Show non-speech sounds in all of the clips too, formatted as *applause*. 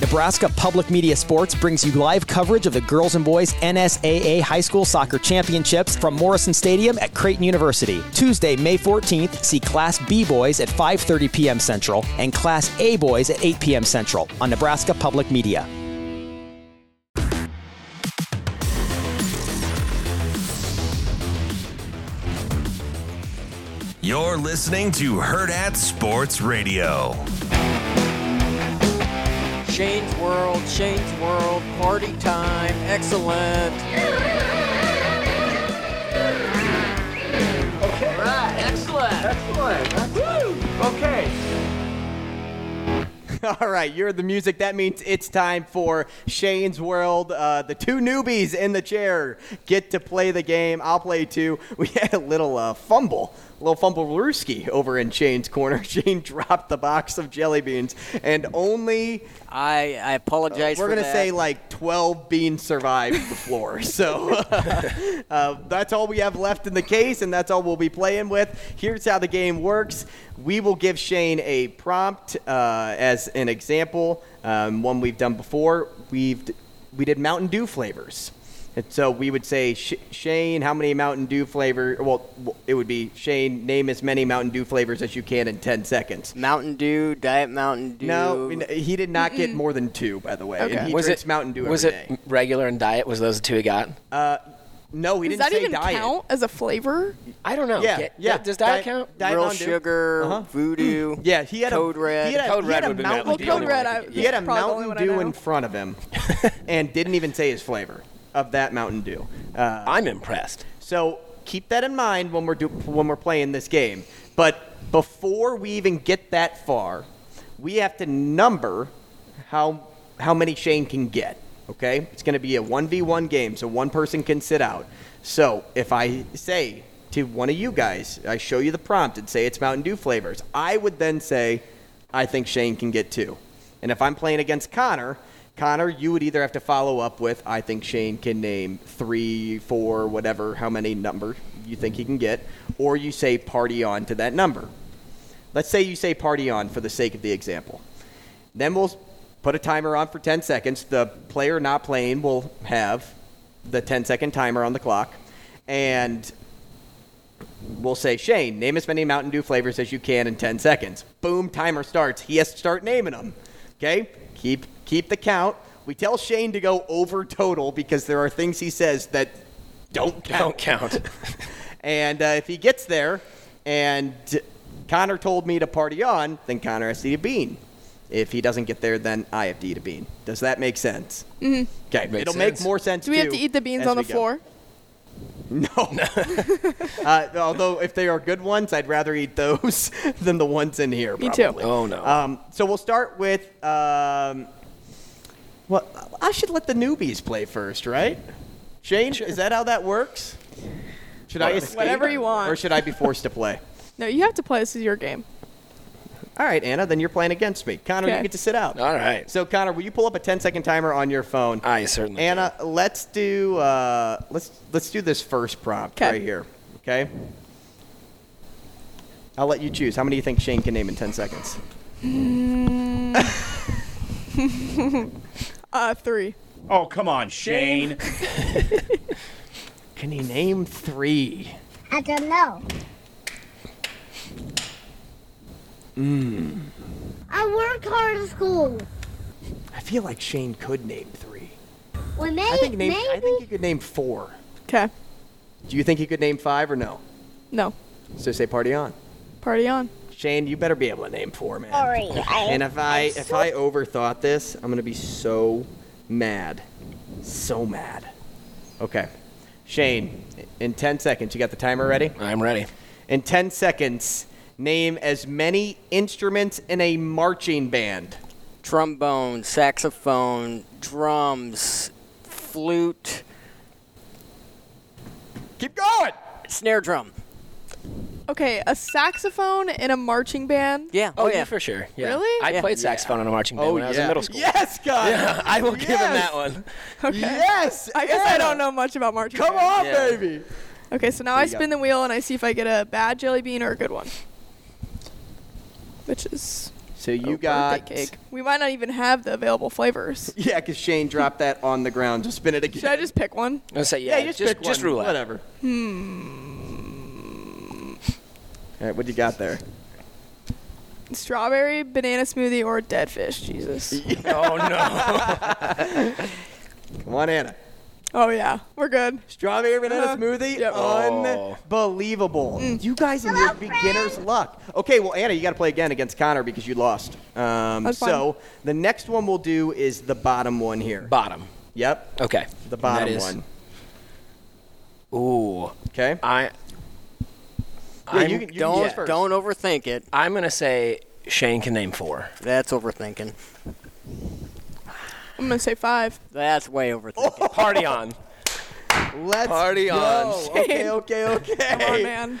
Nebraska Public Media Sports brings you live coverage of the girls and boys NSAA High School Soccer Championships from Morrison Stadium at Creighton University. Tuesday, May 14th, see Class B boys at 5:30 p.m. Central and Class A boys at 8 p.m. Central on Nebraska Public Media. You're listening to Herd at Sports Radio. Shane's World, Shane's World, party time, excellent. Okay. Right, excellent. Excellent. Okay. *laughs* All right, you're the music. That means it's time for Shane's World. Uh, the two newbies in the chair get to play the game. I'll play two. *laughs* We had a little uh, fumble, a little fumble Ruski over in Shane's corner. *laughs* Shane dropped the box of jelly beans, and only I, I apologize. we're for gonna that. say like 12 beans survived the floor *laughs* *laughs* so uh, that's all we have left in the case and that's all we'll be playing with here's how the game works we will give shane a prompt uh, as an example um, one we've done before we've d- we did mountain dew flavors and so we would say, "Sh- Shane, how many Mountain Dew flavor? Well, w- it would be Shane, name as many Mountain Dew flavors as you can in 10 seconds. Mountain Dew, Diet Mountain Dew. No, n- he did not get more than two, by the way. and Okay. he drinks Mountain Dew Was every it day. Uh, regular and diet? Was those the two he got? No, he Does didn't that say even diet. count as a flavor? I don't know. Yeah, Get- yeah. Does Diet- diet count? diet- Real Mountain Dew. sugar, Uh-huh. voodoo. *clears throat* Yeah, he had Code a Red. He had a, Code he Red had a would've been Mountain Mountain Dew. Dew. Well, Code Red, I- he had a that's probably the only Mountain one I Dew know. in front of *laughs* him, and didn't even say his flavor of that Mountain Dew. Uh, I'm impressed. *laughs* so keep that in mind when we're do, when we're playing this game. But before we even get that far, we have to number how how many Shane can get. Okay, it's going to be a one v one game, so one person can sit out. So if I say to one of you guys, I show you the prompt and say it's Mountain Dew flavors. I would then say, I think Shane can get two. And if I'm playing against Connor, Connor, you would either have to follow up with, I think Shane can name three, four, whatever, how many number you think he can get, or you say party on to that number. Let's say you say party on for the sake of the example. Then we'll put a timer on for 10 seconds. The player not playing will have the 10 second timer on the clock. And we'll say, Shane, name as many Mountain Dew flavors as you can in 10 seconds. Boom, timer starts. He has to start naming them. Okay? Keep, keep the count. We tell Shane to go over total because there are things he says that don't count. Don't count. And uh, if he gets there and Connor told me to party on, then Connor has to eat a bean. If he doesn't get there, then I have to eat a bean. Does that make sense? Mm-hmm. Okay, Makes it'll make sense. more sense. Do we have too to eat the beans as on we the go. floor? Uh, although if they are good ones, I'd rather eat those *laughs* than the ones in here. Me too. probably. Oh, no. Um, so we'll start with. Um, well, I should let the newbies play first, right? Shane, is that how that works? Should I escape? Whatever you want. Or should I be forced to play? No, you have to play. This is your game. All right, Anna, then you're playing against me. Connor, you Okay. get to sit out. All right. So, Connor, will you pull up a 10 second timer on your phone? I certainly Anna, let's do uh, let's let's do this first prompt 'Kay. right here. Okay. I'll let you choose. How many do you think Shane can name in 10 seconds? Uh, three. Oh, come on, Shane. Can he name three? I don't know. Hmm. I work hard at school. I feel like Shane could name three. Well, may- I think name, maybe. I think he could name four. Okay. Do you think he could name five or no? No. So say party on. Party on. Shane, you better be able to name four, man. Sorry. I- *laughs* And if I if I overthought this, I'm gonna be so mad, so mad. Okay, Shane, in 10 seconds, you got the timer ready. I'm ready. In 10 seconds, name as many instruments in a marching band. Trombone, saxophone, drums, flute, Keep going. snare drum. Okay, a saxophone in a marching band. Yeah. Oh, yeah, yeah. for sure. Yeah. Really? I Yeah. played saxophone on a marching band when I was in middle school. *laughs* Yes, God. Yeah, I will give him Oh, Yes. that one. Okay. Yes. I guess I Anna. don't know much about marching. Come bands. on, Yeah. baby. Okay, so now I you got? spin the wheel and I see if I get a bad jelly bean or a good one. Which is So Oh, you got. birthday cake. We might not even have the available flavors. *laughs* Yeah, because Shane dropped that on the ground. Just spin it again. Should I just pick one? I say yeah, Yeah, you just, just pick just one. roulette. Whatever. Hmm. All right, what do you got there? Strawberry, banana smoothie, or dead fish? Jesus. Oh no. Come on, Anna. Oh yeah, we're good. Strawberry banana Uh-huh. smoothie. Yep. Oh. Mm. Unbelievable. You guys and your beginner's luck. Okay, well, Anna, you got to play again against Connor because you lost. Um, That's so the next one we'll do is the bottom one here. Bottom. yep. Okay. The bottom That is- one. Ooh. Okay. I. I'm, you can- you Don't go first. don't overthink it. I'm gonna say Shane can name *laughs* four. That's overthinking. I'm gonna say five. That's way overthinking. Party on. Let's Party go. on, Okay, okay, okay. Come on, man.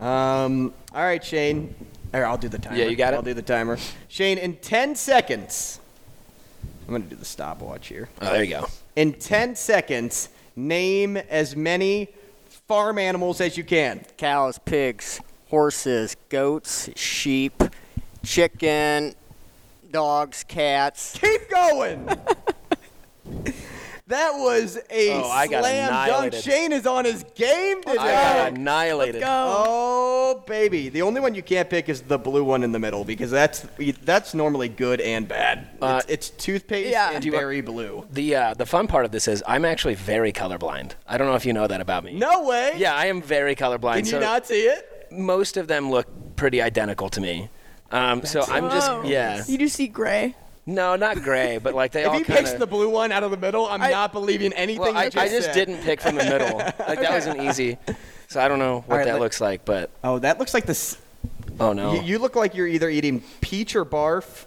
Um, all right, Shane. Or I'll do the timer. Yeah, you got it? I'll do the timer. Shane, in 10 seconds, I'm going to do the stopwatch here. Oh, there you go. In 10 seconds, name as many farm animals as you can. Cows, pigs, horses, goats, sheep, chicken, dogs, cats. Keep going. *laughs* that was a Oh, I got slam dunk. annihilated. Shane is on his game today. I got annihilated. Go. Oh baby, the only one you can't pick is the blue one in the middle because that's that's normally good and bad. Uh, it's, it's toothpaste Yeah. and Do you want- very blue. The uh, the fun part of this is I'm actually very colorblind. I don't know if you know that about me. No way. Yeah, I am very colorblind. Can you so not see it? most of them look pretty identical to me. Um, so I'm Whoa. just yeah. You do see gray. No, not gray, but like they If all he kind picks the blue one out of the middle, I'm not believing anything. Well, I, you just I just said. didn't pick from the middle. *laughs* Like that was an easy. So I don't know what right, that let- looks like, but Oh, that looks like this. oh no. You, you look like you're either eating peach or barf.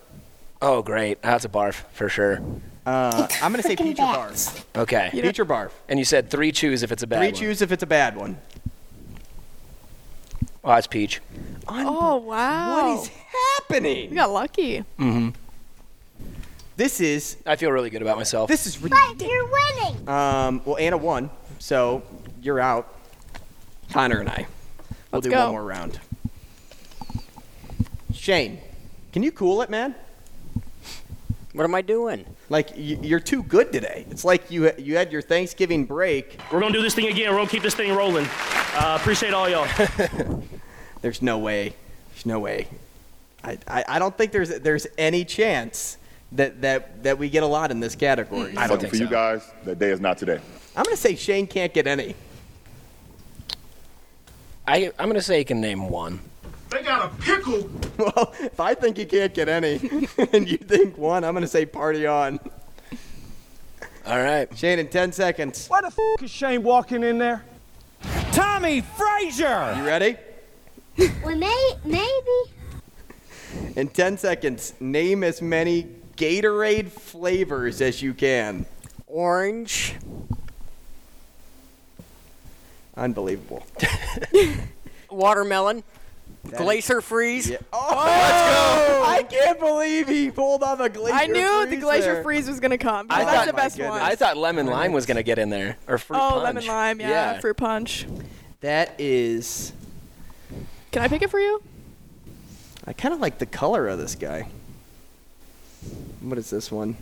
oh great, that's a barf for sure. Uh, I'm gonna say peach or barf. Okay. Peach or barf. And you said three choose if it's a bad Three one. choose if it's a bad one. Oh, it's peach. Oh wow. What is happening? You got lucky. This is I feel really good about myself. this is ridiculous. But you're winning. Um, well, Anna won, so you're out. Connor and I. We'll Let's do go. one more round. Shane, can you cool it, man? What am I doing? Like y- you're too good today. It's like you you had your Thanksgiving break. We're gonna do this thing again. We're gonna keep this thing rolling. Uh, appreciate all y'all. There's no way. There's no way. I, I, I don't think there's there's any chance that that that we get a lot in this category. I don't think for so. you guys, that day is not today. I'm gonna say Shane can't get any. *laughs* I I'm gonna say you can name one. They got a pickle. Well, if I think he can't get any, *laughs* and you think one, I'm gonna say party on. All right. Shane in ten seconds. Why the f- is Shane walking in there? Tommy Frazier. You ready? We may, maybe. In 10 seconds, name as many Gatorade flavors as you can. Orange, Unbelievable. watermelon, glacier freeze. *laughs* Yeah. Oh, let's go. I can't believe he pulled off a glacier I knew the freeze glacier there. freeze was gonna come. I because thought- that's the my best goodness. one. I thought lemon lime was gonna get in there or fruit oh, punch. lemon lime. Yeah, fruit punch. That is. Can I pick it for you? I kind of like the color of this guy. What is this one?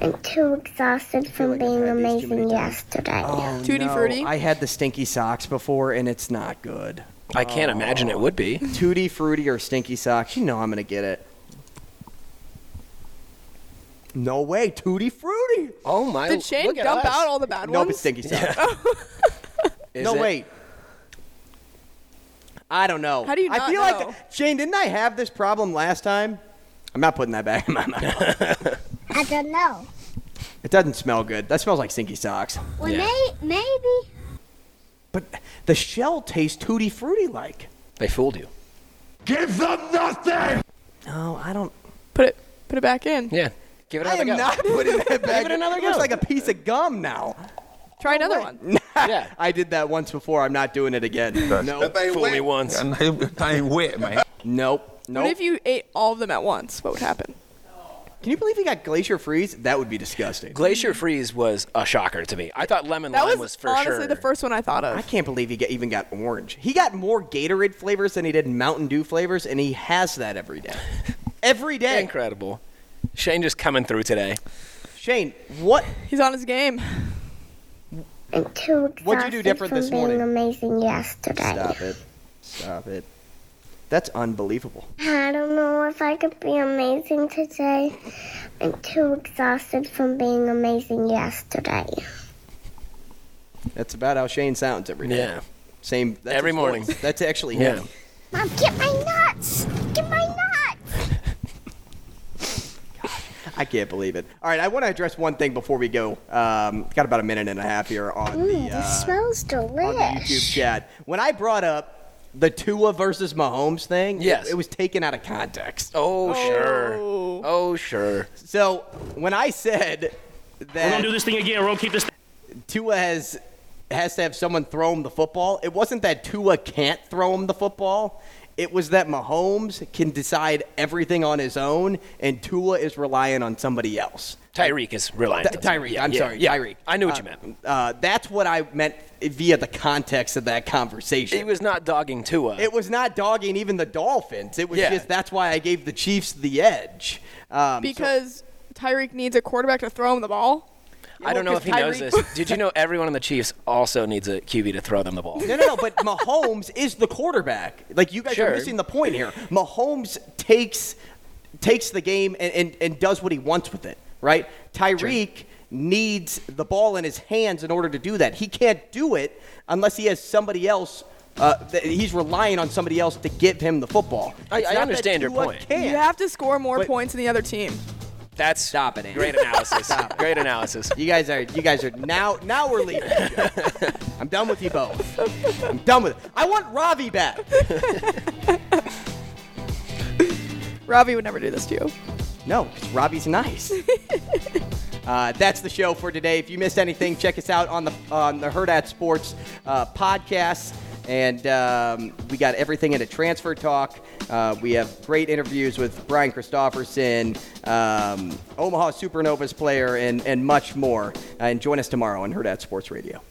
I'm too exhausted from like I've being had these too many amazing times. yesterday. Oh, Tutti no. Frutti? I had the stinky socks before, and it's not good. I can't imagine it would be. Tutti Frutti or stinky socks? You know I'm gonna get it. No way, Tutti Frutti. Oh my! Did Shane look at dump us. out all the bad Nope, it's ones? stinky socks. *laughs* Oh. Is no, it? wait. I don't know. How do you I not feel know? like Shane, didn't I have this problem last time? I'm not putting that back in my mouth. I don't know. It doesn't smell good. That smells like stinky socks. We Yeah. may, maybe. But the shell tastes tutti frutti like. They fooled you. Give them nothing. Oh, No, I don't. Put it, put it back in. Yeah. Give it I another am go. not *laughs* putting that back. it another It looks go. like a piece of gum now. Try another one. Yeah. I did that once before. I'm not doing it again. No. That thing Fool me once. Nope. Nope. What if you ate all of them at once? What would happen? Can you believe he got glacier freeze? That would be disgusting. Glacier Freeze was a shocker to me. I thought Lemon That Lime was, was, for honestly sure. the first one I thought I of. can't believe he got, even got orange. He got more Gatorade flavors than he did Mountain Dew flavors, and he has that every *laughs* day. Every day. Incredible. Shane just coming through today. Shane, what? He's on his game. I'm too exhausted What'd you do different from this being morning? amazing yesterday. Stop it. Stop it. That's unbelievable. I don't know if I could be amazing today. I'm too exhausted from being amazing yesterday. That's about how Shane sounds every day. Yeah. Same. That's Every his morning. voice. That's actually Yeah. him. Mom, get my nuts! Get my nuts! I can't believe it. All right, I want to address one thing before we go. Um, got about a minute and a half here on Mmm, the uh, this smells on the YouTube delish. chat. When I brought up the Tua versus Mahomes thing, it- Yes. it, was taken out of context. Oh, sure. Oh sure. So when I said We're gonna that do this thing again. We're gonna keep this. Tua has has to have someone throw him the football, it wasn't that Tua can't throw him the football. It was that Mahomes can decide everything on his own, and Tua is relying on somebody else. Tyreek is reliant. Th- on something. Tyreek, Yeah, I'm yeah, sorry, yeah. Tyreek. I knew what Uh, you meant. Uh, that's what I meant via the context of that conversation. He was not dogging Tua. It was not dogging even the Dolphins. It was Yeah. just that's why I gave the Chiefs the edge. Um, so- Because Tyreek needs a quarterback to throw him the ball. I don't know if he knows Tyreek- this. Did you know everyone on the Chiefs also needs a QB to throw them the ball? no, no, no. But *laughs* Mahomes is the quarterback. Like you guys Sure. are missing the point here. Mahomes takes takes the game and, and, and does what he wants with it. Right? Tyreek needs the ball in his hands in order to do that. He can't do it unless he has somebody else. Uh, th- he's relying on somebody else to give him the football. I- It's not I that understand your Tua point. can't. You have to score more But- points than the other team. That's Stop it, Andy. Great analysis. Great analysis. You guys are you guys are now now we're *laughs* leaving. I'm done with you both. I'm done with it. I want Ravi back. Robbie would never do this to you. No, because Robbie's nice. Uh, that's the show for today. If you missed anything, check us out on the on the Herd at Sports uh, podcast. And um, we got everything into transfer talk. Uh, we have great interviews with Brian Christopherson, um, Omaha Supernovas player, and, and much more. Uh, and join us tomorrow on Herd at Sports Radio.